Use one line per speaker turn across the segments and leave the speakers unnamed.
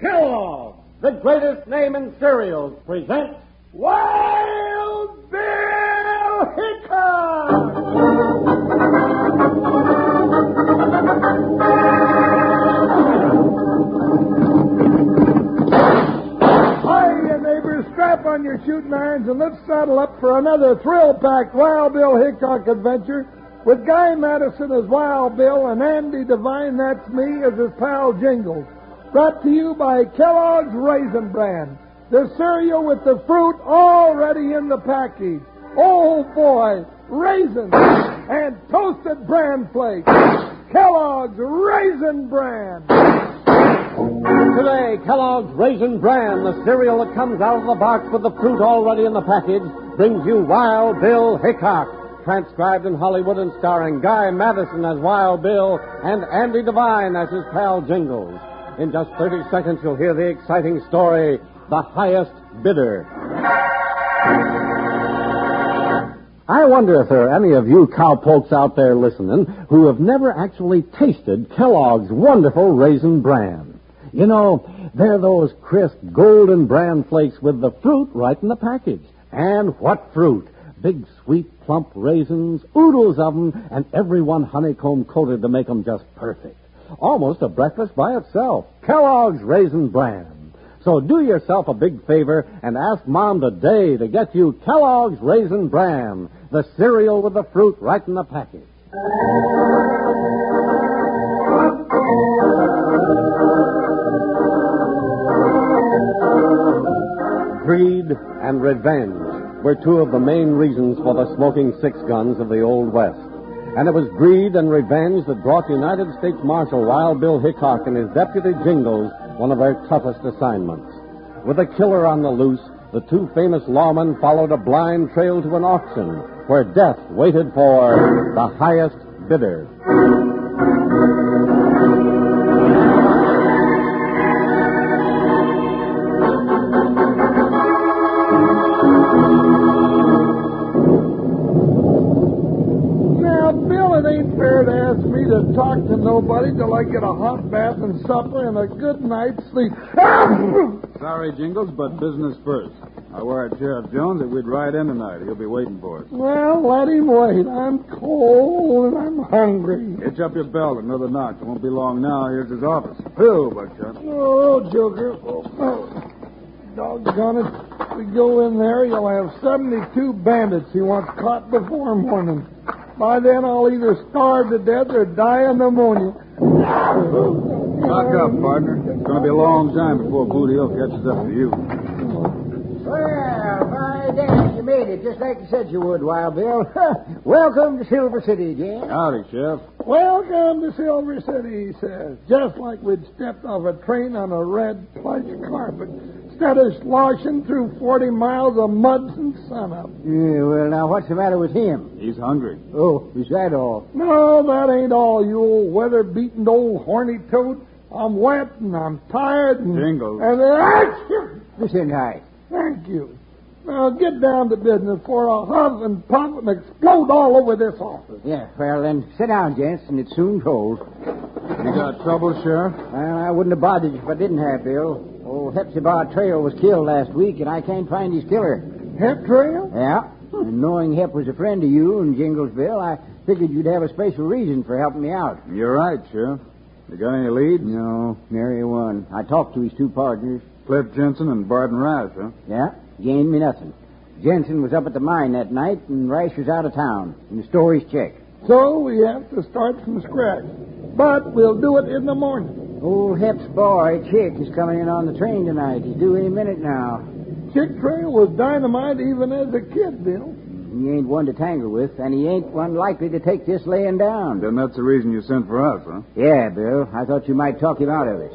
Kellogg, the greatest name in cereals, presents Wild Bill Hickok!
Hiya, neighbors. Strap on your shooting irons and let's saddle up for another thrill-packed Wild Bill Hickok adventure with Guy Madison as Wild Bill and Andy Devine, that's me, as his pal Jingles. Brought to you by Kellogg's Raisin Bran, the cereal with the fruit already in the package. Oh boy, raisins and toasted bran flakes. Kellogg's Raisin Bran.
Today, Kellogg's Raisin Bran, the cereal that comes out of the box with the fruit already in the package, brings you Wild Bill Hickok, transcribed in Hollywood and starring Guy Madison as Wild Bill and Andy Devine as his pal Jingles. In just 30 seconds, you'll hear the exciting story, The Highest Bidder. I wonder if there are any of you cowpokes out there listening who have never actually tasted Kellogg's wonderful raisin bran. You know, they're those crisp golden bran flakes with the fruit right in the package. And what fruit? Big, sweet, plump raisins, oodles of 'em, and every one honeycomb coated to make 'em just perfect. Almost a breakfast by itself. Kellogg's Raisin Bran. So do yourself a big favor and ask Mom today to get you Kellogg's Raisin Bran, the cereal with the fruit right in the package. Greed and revenge were two of the main reasons for the smoking six guns of the Old West. And it was greed and revenge that brought United States Marshal Wild Bill Hickok and his deputy Jingles one of their toughest assignments. With a killer on the loose, the two famous lawmen followed a blind trail to an auction where death waited for the highest bidder.
Now, Bill, it ain't fair to ask me to talk to nobody till I get a hot bath and supper and a good night's sleep.
Sorry, Jingles, but business first. I wired Sheriff Jones that we'd ride in tonight. He'll be waiting for us.
well, let him wait. I'm cold and I'm hungry.
Hitch up your belt, another knock. It won't be long now. Here's his office. Whew, Buckshot.
Oh, Joker. Oh, doggone it. We go in there, you'll have 72 bandits he wants caught before morning. By then, I'll either starve to death or die of pneumonia.
Knock up, partner. It's going to be a long time before Booty Hill catches up to you.
Well, by damn, you made it just like you said you would, Wild Bill. Welcome to Silver City, Jim.
Howdy, Sheriff.
Welcome to Silver City, he says, just like we'd stepped off a train on a red plush carpet, instead of sloshing through 40 miles of mud since sunup.
Yeah, well, now, what's the matter with him?
He's hungry.
Oh, is that all?
No, that ain't all, you old weather-beaten old horny toad. I'm wet and I'm tired and...
Jingles.
And then, Achoo!
Listen, High.
Thank you. Now, get down to business before I'll huff and puff and explode all over this office.
Yeah, well, then, sit down, gents, and it's soon cold.
You got trouble, Sheriff?
Well, I wouldn't have bothered you if I didn't have, Bill. Old Hepzibah Trail was killed last week, and I can't find his killer.
Hep trail?
Yeah. And knowing Hep was a friend of you and Jinglesville, I figured you'd have a special reason for helping me out.
You're right, Sheriff. You got any leads?
No, nary one. I talked to his two partners.
Cliff Jensen and Barton Rice, huh?
Yeah, gained me nothing. Jensen was up at the mine that night, and Rice was out of town, and the story's checked.
So we have to start from scratch. But we'll do it in the morning.
Old Hep's boy, Chick, is coming in on the train tonight. He's due any minute now.
Chick Trail was dynamite even as a kid, Bill.
He ain't one to tangle with, and he ain't one likely to take this laying down.
Then that's the reason you sent for us, huh?
Yeah, Bill, I thought you might talk him out of it.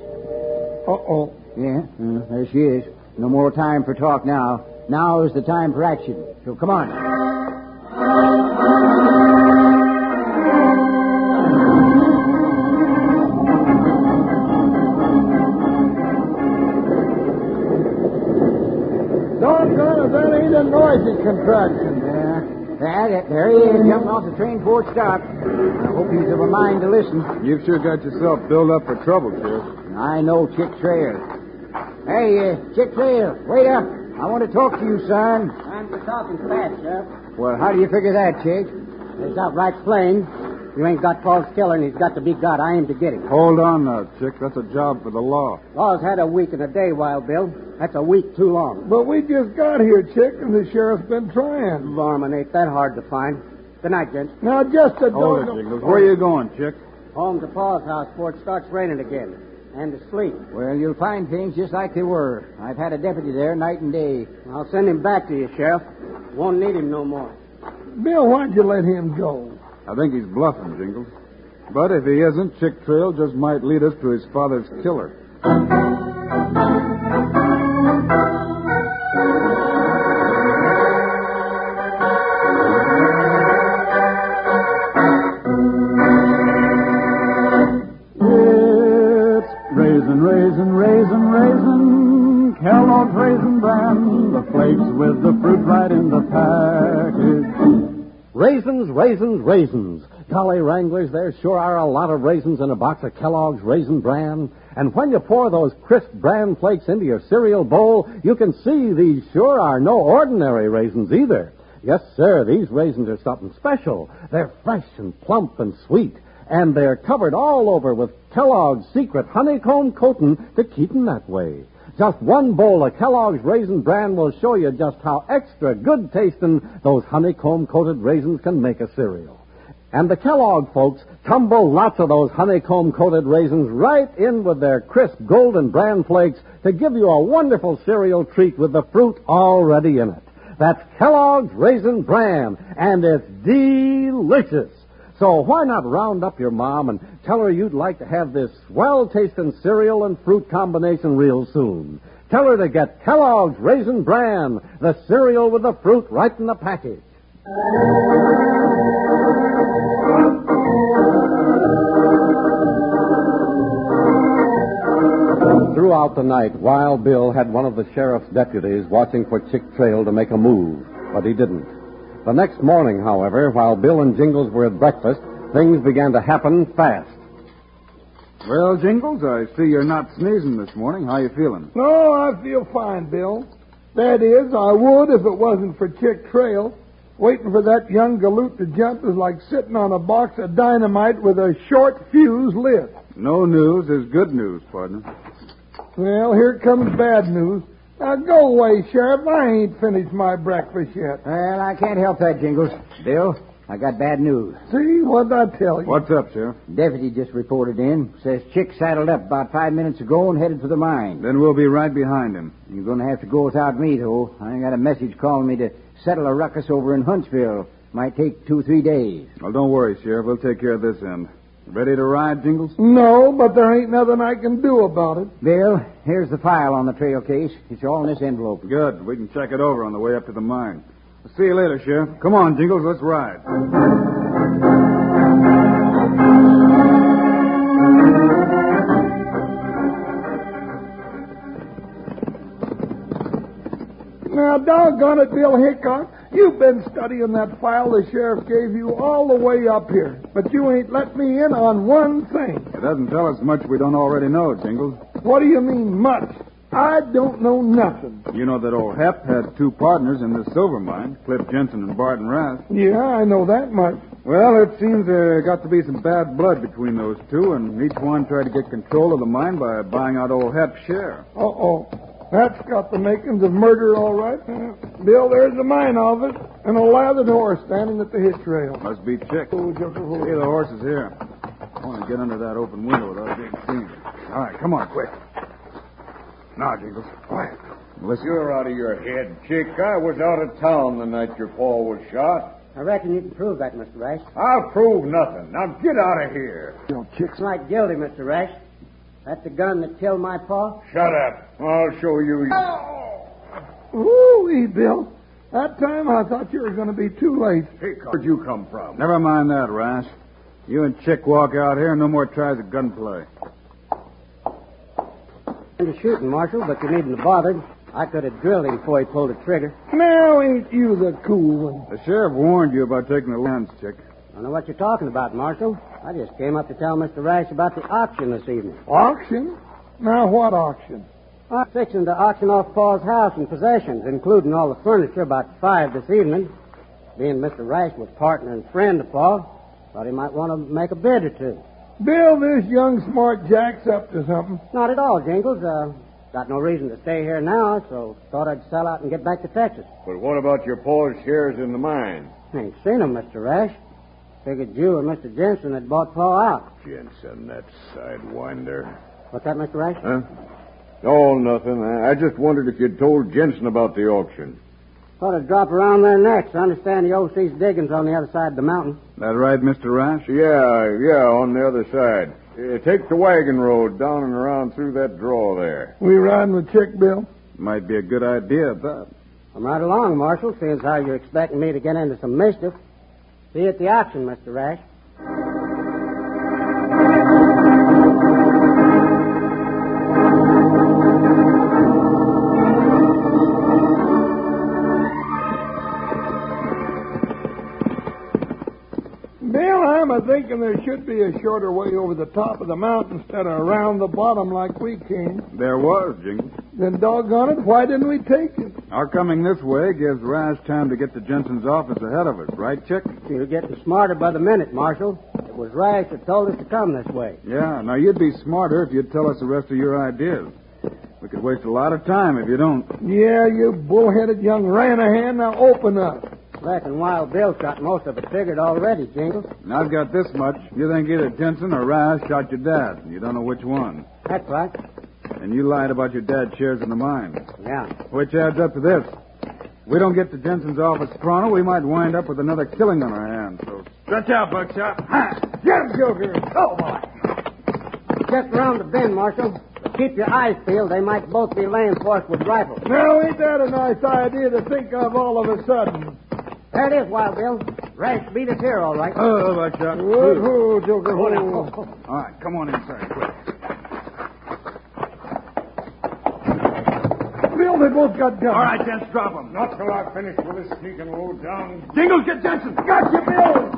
Uh-oh.
Yeah, uh, there she is. No more time for talk now. Now is the time for action. So come on. Uh,
Doggone it, that ain't a noisy contraction.
Yeah, there, there- there he is, jumping off the train before it stopped. I hope he's of a mind to listen.
You've sure got yourself built up for trouble, Sheriff.
I know Chick Trail.
Hey, uh, Chick Trail, wait up. I want to talk to you, son.
Time for talking fast, Sheriff.
Well, how do you figure that, Chick?
It's outright plain. You ain't got Paul Stiller, and he's got to be got. I aim to get him.
Hold on now, Chick. That's a job for the law.
Paul's had a week and a day, Wild Bill. That's a week too long.
But we just got here, Chick, and the sheriff's been trying.
Varmint ain't that hard to find. Good night, gents.
Now, just a
Hold
dozen-
it, Jingles. Where you going, Chick?
Home to Paul's house before it starts raining again. And to sleep.
Well, you'll find things just like they were. I've had a deputy there night and day.
I'll send him back to you, Sheriff. Won't need him no more.
Bill, why'd you let him go?
I think he's bluffing, Jingles. But if he isn't, Chick Trail just might lead us to his father's killer. It's raisin, raisin, raisin, raisin, Kellogg's Raisin Bran, the flakes with the fruit right in the package.
Raisins, raisins, raisins. Golly, Wranglers, there sure are a lot of raisins in a box of Kellogg's Raisin Bran. And when you pour those crisp bran flakes into your cereal bowl, you can see these sure are no ordinary raisins either. Yes, sir, these raisins are something special. They're fresh and plump and sweet. And they're covered all over with Kellogg's secret honeycomb coating to keep 'em that way. Just one bowl of Kellogg's Raisin Bran will show you just how extra good tasting those honeycomb coated raisins can make a cereal. And the Kellogg folks tumble lots of those honeycomb coated raisins right in with their crisp golden bran flakes to give you a wonderful cereal treat with the fruit already in it. That's Kellogg's Raisin Bran, and it's delicious. So why not round up your mom and tell her you'd like to have this well tasting cereal and fruit combination real soon? Tell her to get Kellogg's Raisin Bran, the cereal with the fruit right in the package. Throughout the night, Wild Bill had one of the sheriff's deputies watching for Chick Trail to make a move, but he didn't. The next morning, however, while Bill and Jingles were at breakfast, things began to happen fast.
Well, Jingles, I see you're not sneezing this morning. How you feeling?
No, I feel fine, Bill. That is, I would if it wasn't for Chick Trail. Waiting for that young galoot to jump is like sitting on a box of dynamite with a short fuse lit.
No news is good news, partner.
Well, here comes bad news. Now go away, Sheriff. I ain't finished my breakfast yet.
Well, I can't help that, Jingles. Bill, I got bad news.
See what I tell you?
What's up, Sheriff?
Deputy just reported in. Says Chick saddled up about five minutes ago and headed for the mine.
Then we'll be right behind him.
You're going to have to go without me, though. I got a message calling me to settle a ruckus over in Huntsville. Might take two, three days.
Well, don't worry, Sheriff. We'll take care of this end. Ready to ride, Jingles?
No, but there ain't nothing I can do about it.
Bill, here's the file on the trail case. It's all in this envelope.
Good. We can check it over on the way up to the mine. I'll see you later, Sheriff. Come on, Jingles. Let's ride.
Now, doggone it, Bill Hickok. You've been studying that file the sheriff gave you all the way up here, but you ain't let me in on one thing.
It doesn't tell us much we don't already know, Jingles.
What do you mean, much? I don't know nothing.
You know that old Hep had two partners in this silver mine, Cliff Jensen and Barton Rath.
Yeah, I know that much.
Well, it seems there got to be some bad blood between those two, and each one tried to get control of the mine by buying out old Hep's share.
Uh oh. That's got the makings of murder, all right. Bill, there's the mine office and a lathered horse standing at the hitch rail.
Must be Chick.
Oh, just a little-
Hey, the horse is here. I want to get under that open window without being seen. All right, come on, quick. Now, Jingles, quiet. Listen.
You're out of your head, Chick. I was out of town the night your paw was shot.
I reckon you can prove that, Mr. Rash.
I'll prove nothing. Now get out of here.
It's not guilty, Mr. Rash. That's the gun that killed my pa?
Shut up. I'll show you.
Ooh, Bill. That time I thought you were going to be too late.
Chick, where'd you come from?
Never mind that, Rash. You and Chick walk out here, no more tries at gunplay.
Into shooting, Marshal, but you needn't have bothered. I could have drilled him before he pulled the trigger.
Now ain't you the cool one?
The sheriff warned you about taking the lands, Chick.
I don't know what you're talking about, Marshal. I just came up to tell Mr. Rash about the auction this evening.
Auction? Now what auction?
I'm fixing to auction off Paul's house and possessions, including all the furniture, about five this evening. Being Mr. Rice was partner and friend of Paul, thought he might want to make a bid or two.
Bill, this young smart jack's up to something.
Not at all, Jingles. Uh, got no reason to stay here now, so thought I'd sell out and get back to Texas.
But what about your Paul's shares in the mine,
Ain't seen him, Mr. Rash. Figured you and Mr. Jensen had bought Paul out.
Jensen? That sidewinder.
What's that, Mr. Rash?
Huh? Oh, nothing. I I just wondered if you'd told Jensen about the auction.
Thought I'd drop around there next. I understand the OC's diggings on the other side of the mountain.
That right, Mr. Rash?
Yeah, yeah, on the other side. Uh, take the wagon road down and around through that draw there.
We riding with Chick, Bill?
Might be a good idea, but.
I'm right along, Marshal, seeing as how you're expecting me to get into some mischief. See you at the auction, Mr. Rash.
Bill, I'm a thinking there should be a shorter way over the top of the mountain instead of around the bottom like we came.
There was, Jingles.
Then doggone it, why didn't we take it?
Our coming this way gives Rash time to get to Jensen's office ahead of us, right, Chick?
You're getting smarter by the minute, Marshal. It was Rash that told us to come this way.
Yeah, now you'd be smarter if you'd tell us the rest of your ideas. We could waste a lot of time if you don't.
Yeah, you bullheaded young Ranahan, now open up.
Reckon Wild Bill's got most of it figured already, Jingles.
And I've got this much. You think either Jensen or Rash shot your dad, and you don't know which one.
That's right.
And you lied about your dad's shares in the mine,
Yeah.
which adds up to this. If we don't get to Jensen's office pronto, we might wind up with another killing on our hands. So stretch out, Buckshot. Ha!
Get him, Joker. Oh, boy.
Just around the bend, Marshal. Keep your eyes peeled. They might both be reinforced with rifles.
Now, ain't that a nice idea to think of all of a sudden?
There it is, Wild Bill. Rash beat us here, all right.
Oh, Buckshot.
Woo-hoo, Joker.
Oh, now,
woo.
oh, oh.
All right, come on inside, quick.
Bill, they both got guns.
Jensen, drop him.
Not till I've finished with this sneaking low down.
Jingles, get Jensen.
Got you, Bill.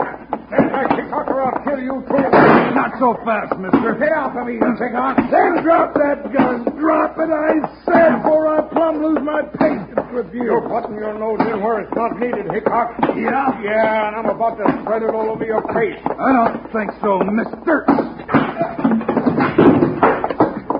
Stand back, Hickok, or I'll kill you too.
Not so fast, mister.
Get off of me, you Hickok.
Then drop that gun. Drop it, I said, or I'll plumb lose my patience with
You're
you.
putting your nose in where it's not needed, Hickok. Yeah? Yeah, and I'm about to spread it all over your face.
I don't think so, mister.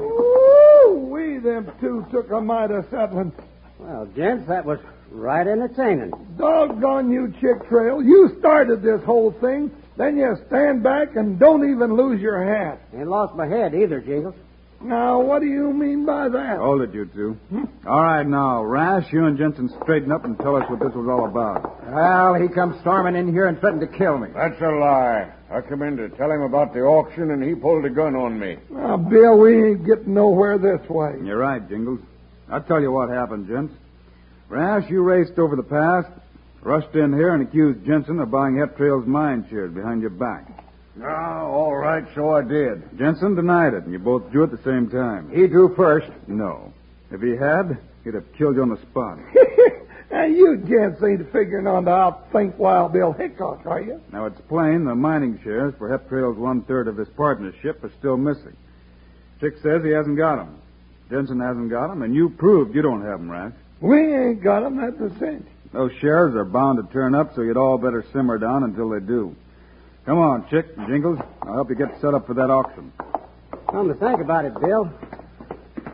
Woo-wee, them two took a mite of settling.
Well, gents, that was right entertaining.
Doggone you, Chick Trail. You started this whole thing. Then you stand back and don't even lose your hat.
Ain't lost my head either, Jingles.
Now, what do you mean by that?
Hold it, you two. All right, now, Rash, you and Jensen straighten up and tell us what this was all about.
Well, he comes storming in here and threatened to kill me.
That's a lie. I come in to tell him about the auction, and he pulled a gun on me.
Now, Ah, Bill, we ain't getting nowhere this way.
You're right, Jingles. I'll tell you what happened, gents. Rash, you raced over the pass, rushed in here, and accused Jensen of buying Heptrail's mine shares behind your back.
Ah, all right, so I did.
Jensen denied it, and you both drew at the same time.
He drew first.
No. If he had, he'd have killed you on the spot.
now, you gents ain't figuring on to outthink Wild Bill Hickok, are you?
Now, it's plain the mining shares for Heptrail's one third of his partnership are still missing. Chick says he hasn't got 'em. Jensen hasn't got 'em, and you proved you don't have 'em, Rash.
We ain't got 'em at the cent.
Those shares are bound to turn up, so you'd all better simmer down until they do. Come on, Chick, Jingles. I'll help you get set up for that auction.
Come to think about it, Bill.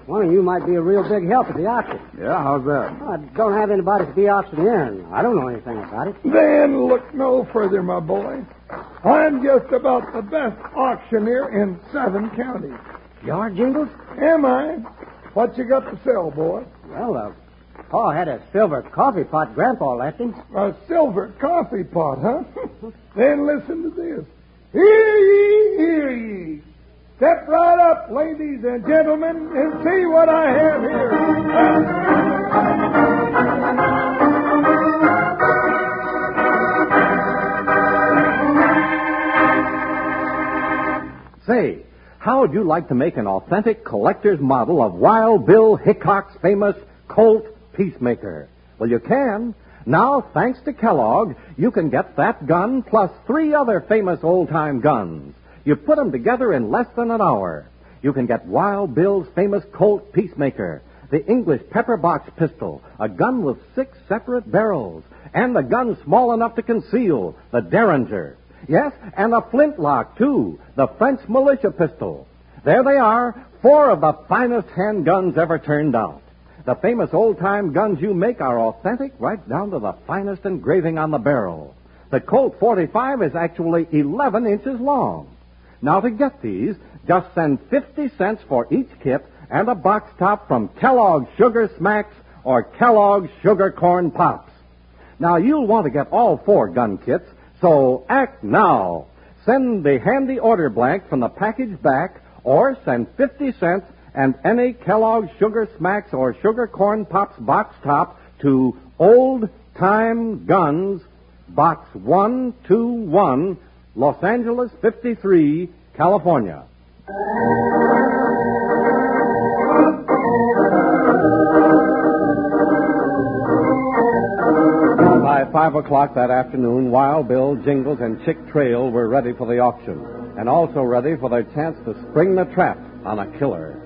One of you might be a real big help at the auction.
Yeah, how's that?
I don't have anybody to be auctioneering. I don't know anything about it.
Then look no further, my boy. I'm just about the best auctioneer in seven counties.
You are, Jingles?
Am I? What you got to sell, boy?
Well, uh, Paul had a silver coffee pot Grandpa left him.
A silver coffee pot, huh? then listen to this. Hear ye, hear ye. Step right up, ladies and gentlemen, and see what I have here.
Say, how would you like to make an authentic collector's model of Wild Bill Hickok's famous Colt Peacemaker? Well, you can. Now, thanks to Kellogg, you can get that gun plus three other famous old time guns. You put 'em together in less than an hour. you can get Wild Bill's famous Colt Peacemaker, the English pepper box pistol, a gun with six separate barrels, and a gun small enough to conceal, the Derringer. Yes, and a flintlock, too, the French militia pistol. There they are, four of the finest handguns ever turned out. The famous old time guns you make are authentic right down to the finest engraving on the barrel. The Colt 45 is actually 11 inches long. Now, to get these, just send 50 cents for each kit and a box top from Kellogg's Sugar Smacks or Kellogg's Sugar Corn Pops. Now, you'll want to get all four gun kits, so act now. Send the handy order blank from the package back or send 50 cents and any Kellogg's Sugar Smacks or Sugar Corn Pops box top to Old Time Guns, Box 121, Los Angeles 53, California. By five o'clock that afternoon, Wild Bill, Jingles, and Chick Trail were ready for the auction, and also ready for their chance to spring the trap on a killer.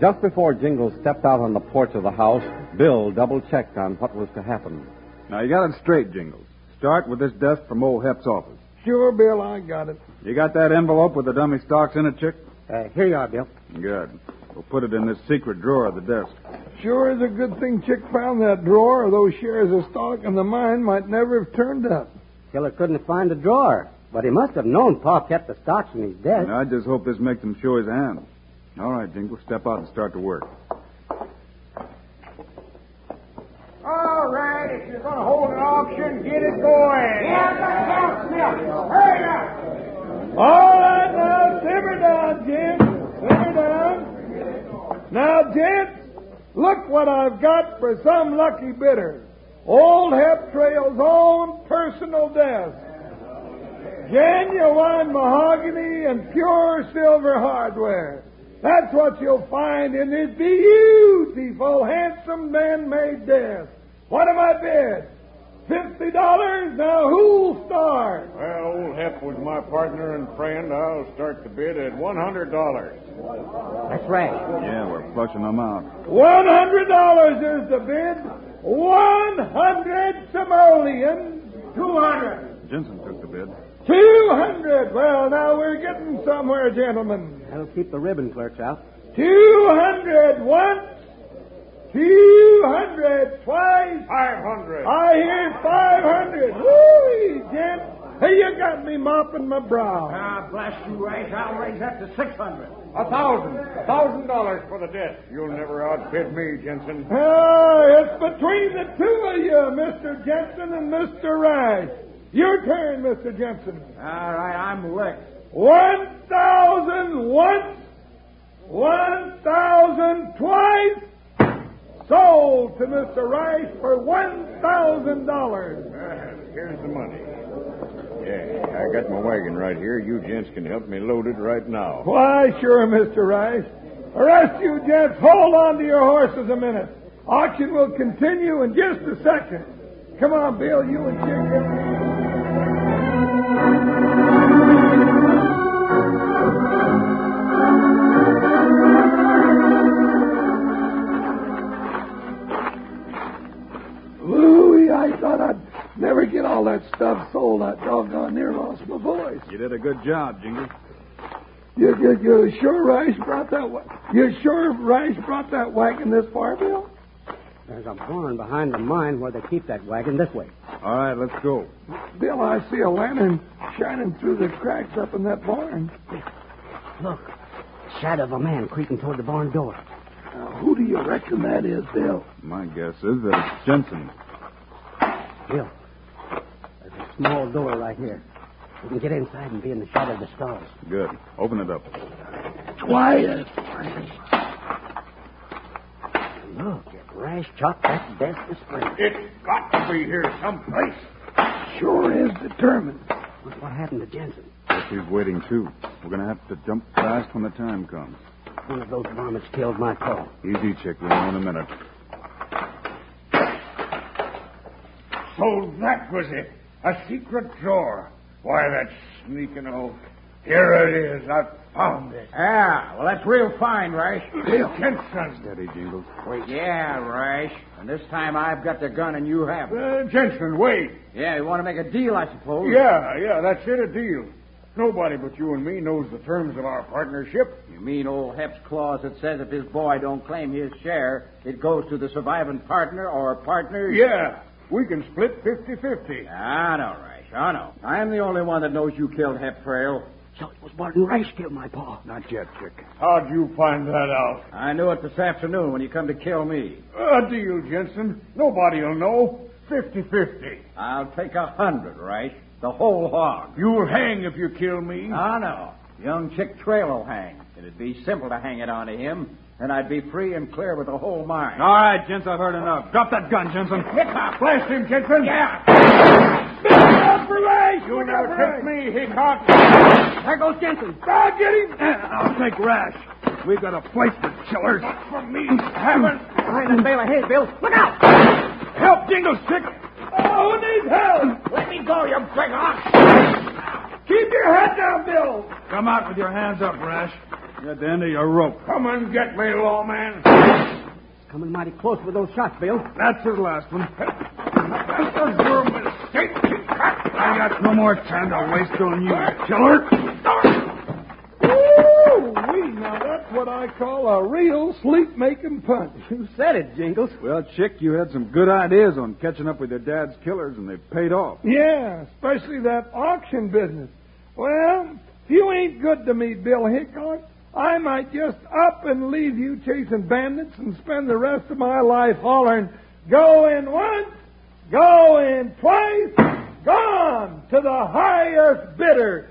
Just before Jingles stepped out on the porch of the house, Bill double checked on what was to happen.
Now, you got it straight, Jingles. Start with this desk from old Hep's office.
Sure, Bill, I got it.
You got that envelope with the dummy stocks in it, Chick?
Uh, here you are, Bill.
Good. We'll put it in this secret drawer of the desk.
Sure is a good thing Chick found that drawer, or those shares of stock in the mine might never have turned up.
Killer couldn't find the drawer, but he must have known Pa kept the stocks in his desk.
And I just hope this makes him show his hand. All right, Jingles, step out and start to work.
All right, if you're going to hold an auction, get it going. Yeah, but now, hurry up.
All right, now, simmer down, Jim. Simmer down. Now, gents, look what I've got for some lucky bidder. Old Hep Trail's own personal desk. Genuine mahogany and pure silver hardware. That's what you'll find in this beautiful, handsome, man-made desk. What am I bid? Fifty dollars? Now who'll start?
Well, old Hep was my partner and friend. I'll start the bid at one hundred dollars.
That's right.
Yeah, we're flushing them out.
One hundred dollars is the bid. One hundred simoleons. Two hundred.
Jensen took the bid.
Two hundred. Well, now we're getting somewhere, gentlemen.
That'll keep the ribbon clerks out.
Two hundred once. Two hundred twice.
Five hundred.
I hear five hundred. Woo, gent. Hey, you got me mopping my brow.
Ah, bless you, Rice. I'll raise that to 600.
A thousand. A thousand dollars for the desk. You'll never outbid me, Jensen.
Ah, it's between the two of you, Mr. Jensen and Mr. Rice. Your turn, Mr. Jensen.
All right, I'm licked.
One thousand once, one thousand twice, sold to Mr. Rice for one thousand dollars.
Here's the money. Yeah, I got my wagon right here. You gents can help me load it right now.
Why, sure, Mr. Rice. The rest of you gents, hold on to your horses a minute. Auction will continue in just a second. Come on, Bill, you and Chick. Louie, I thought I'd never get all that stuff sold. I doggone near lost my voice.
You did a good job, Jingles.
You, you, you sure Rice brought that. Wa- you sure Rice brought that wagon this far, Bill?
There's a barn behind the mine where they keep that wagon this way.
All right, let's go.
Bill, I see a lantern shining through the cracks up in that barn.
Look, shadow of a man creeping toward the barn door.
Now, who do you reckon that is, Bill?
My guess is that it's Jensen.
Bill, there's a small door right here. We can get inside and be in the shadow of the stars.
Good. Open it up.
Quiet.
Look, if Rash chopped that desk to splinters.
It's got to be here someplace.
Sure is determined.
Look what happened to Jensen.
Guess he's waiting, too. We're going to have to jump fast when the time comes.
One of those varmints killed my call.
Easy, Chick. We'll know in a minute.
So that was it. A secret drawer. Why, that sneaking old
Here it is. I found it.
Yeah, Ah, well, that's real fine, Rash.
Jensen.
Steady, Jingles.
Wait. Yeah, Rash. And this time I've got the gun and you haven't.
Uh, Jensen, wait.
Yeah, you want to make a deal, I suppose.
Yeah, yeah, that's it, a deal. Nobody but you and me knows the terms of our partnership.
You mean old Hep's clause that says if his boy don't claim his share, it goes to the surviving partner or partners?
Yeah, we can split 50 50.
I know, Rash. I know. I'm the only one that knows you killed Hep Trail.
So it was Barton Rice killed my pa.
Not yet, Chick.
How'd you find that out?
I knew it this afternoon when you come to kill me.
A deal, Jensen. Nobody'll know. 50 50.
I'll take a hundred, Rash. The whole hog.
You'll hang if you kill me.
I know. Young Chick Trail will hang. It'd be simple to hang it onto him, and I'd be free and clear with the whole mine.
All right, gents, I've heard enough. Drop that gun, Jensen.
Blast him, Jensen. Yeah. You never tricked me, Hickok.
There goes Jensen.
Uh, I'll get him.
I'll take Rash. We've got a place for killers.
Not from me. Haven't.
Behind that bale of hay, Bill. Look out!
Help, Jingles, Chick.
Oh, who needs help?
Let me go, you big ox!
Keep your head down, Bill.
Come out with your hands up, Rash. You're at the end of your rope.
Come and get me, lawman.
Coming mighty close with those shots, Bill.
That's his last one.
That's a your mistake, Hickok.
I got no more time to waste on you, killer.
Ooh, wee, now that's what I call a real sleep-making punch.
You said it, Jingles.
Well, Chick, you had some good ideas on catching up with your dad's killers, and they paid off.
Yeah, especially that auction business. Well, if you ain't good to me, Bill Hickok, I might just up and leave you chasing bandits and spend the rest of my life hollering, go in once, go in twice, gone to the highest bidder.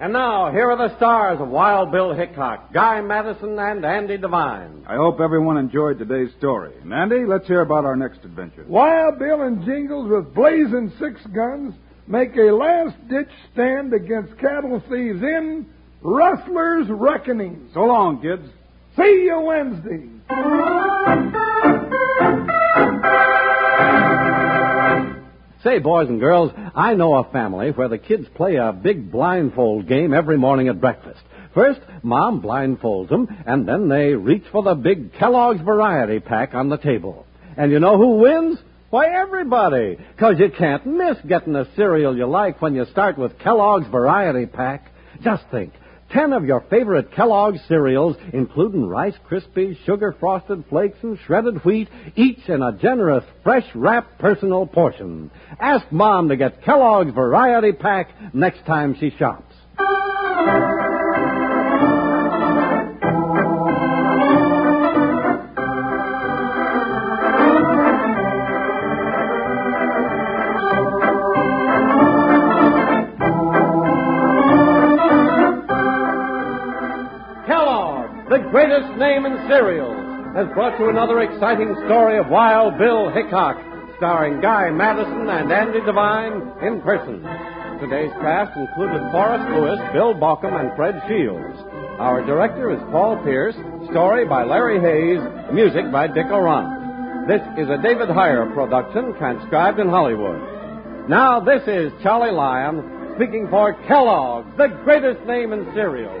And now, here are the stars of Wild Bill Hickok, Guy Madison, and Andy Devine.
I hope everyone enjoyed today's story. And Andy, let's hear about our next adventure.
Wild Bill and Jingles with blazing six guns make a last-ditch stand against cattle thieves in Rustler's Reckoning.
So long, kids.
See you Wednesday.
Say, boys and girls, I know a family where the kids play a big blindfold game every morning at breakfast. First, Mom blindfolds them, and then they reach for the big Kellogg's variety pack on the table. And you know who wins? Why, everybody. 'Cause you can't miss getting a cereal you like when you start with Kellogg's variety pack. Just think. Ten of your favorite Kellogg's cereals, including Rice Krispies, sugar frosted flakes, and shredded wheat, each in a generous, fresh wrap personal portion. Ask Mom to get Kellogg's Variety Pack next time she shops. Kellogg, the greatest name in cereals, has brought you another exciting story of Wild Bill Hickok, starring Guy Madison and Andy Devine in person. Today's cast included Forrest Lewis, Bill Baucom, and Fred Shields. Our director is Paul Pierce, story by Larry Hayes, music by Dick Oran. This is a David Heyer production transcribed in Hollywood. Now, this is Charlie Lyon speaking for Kellogg, the greatest name in cereals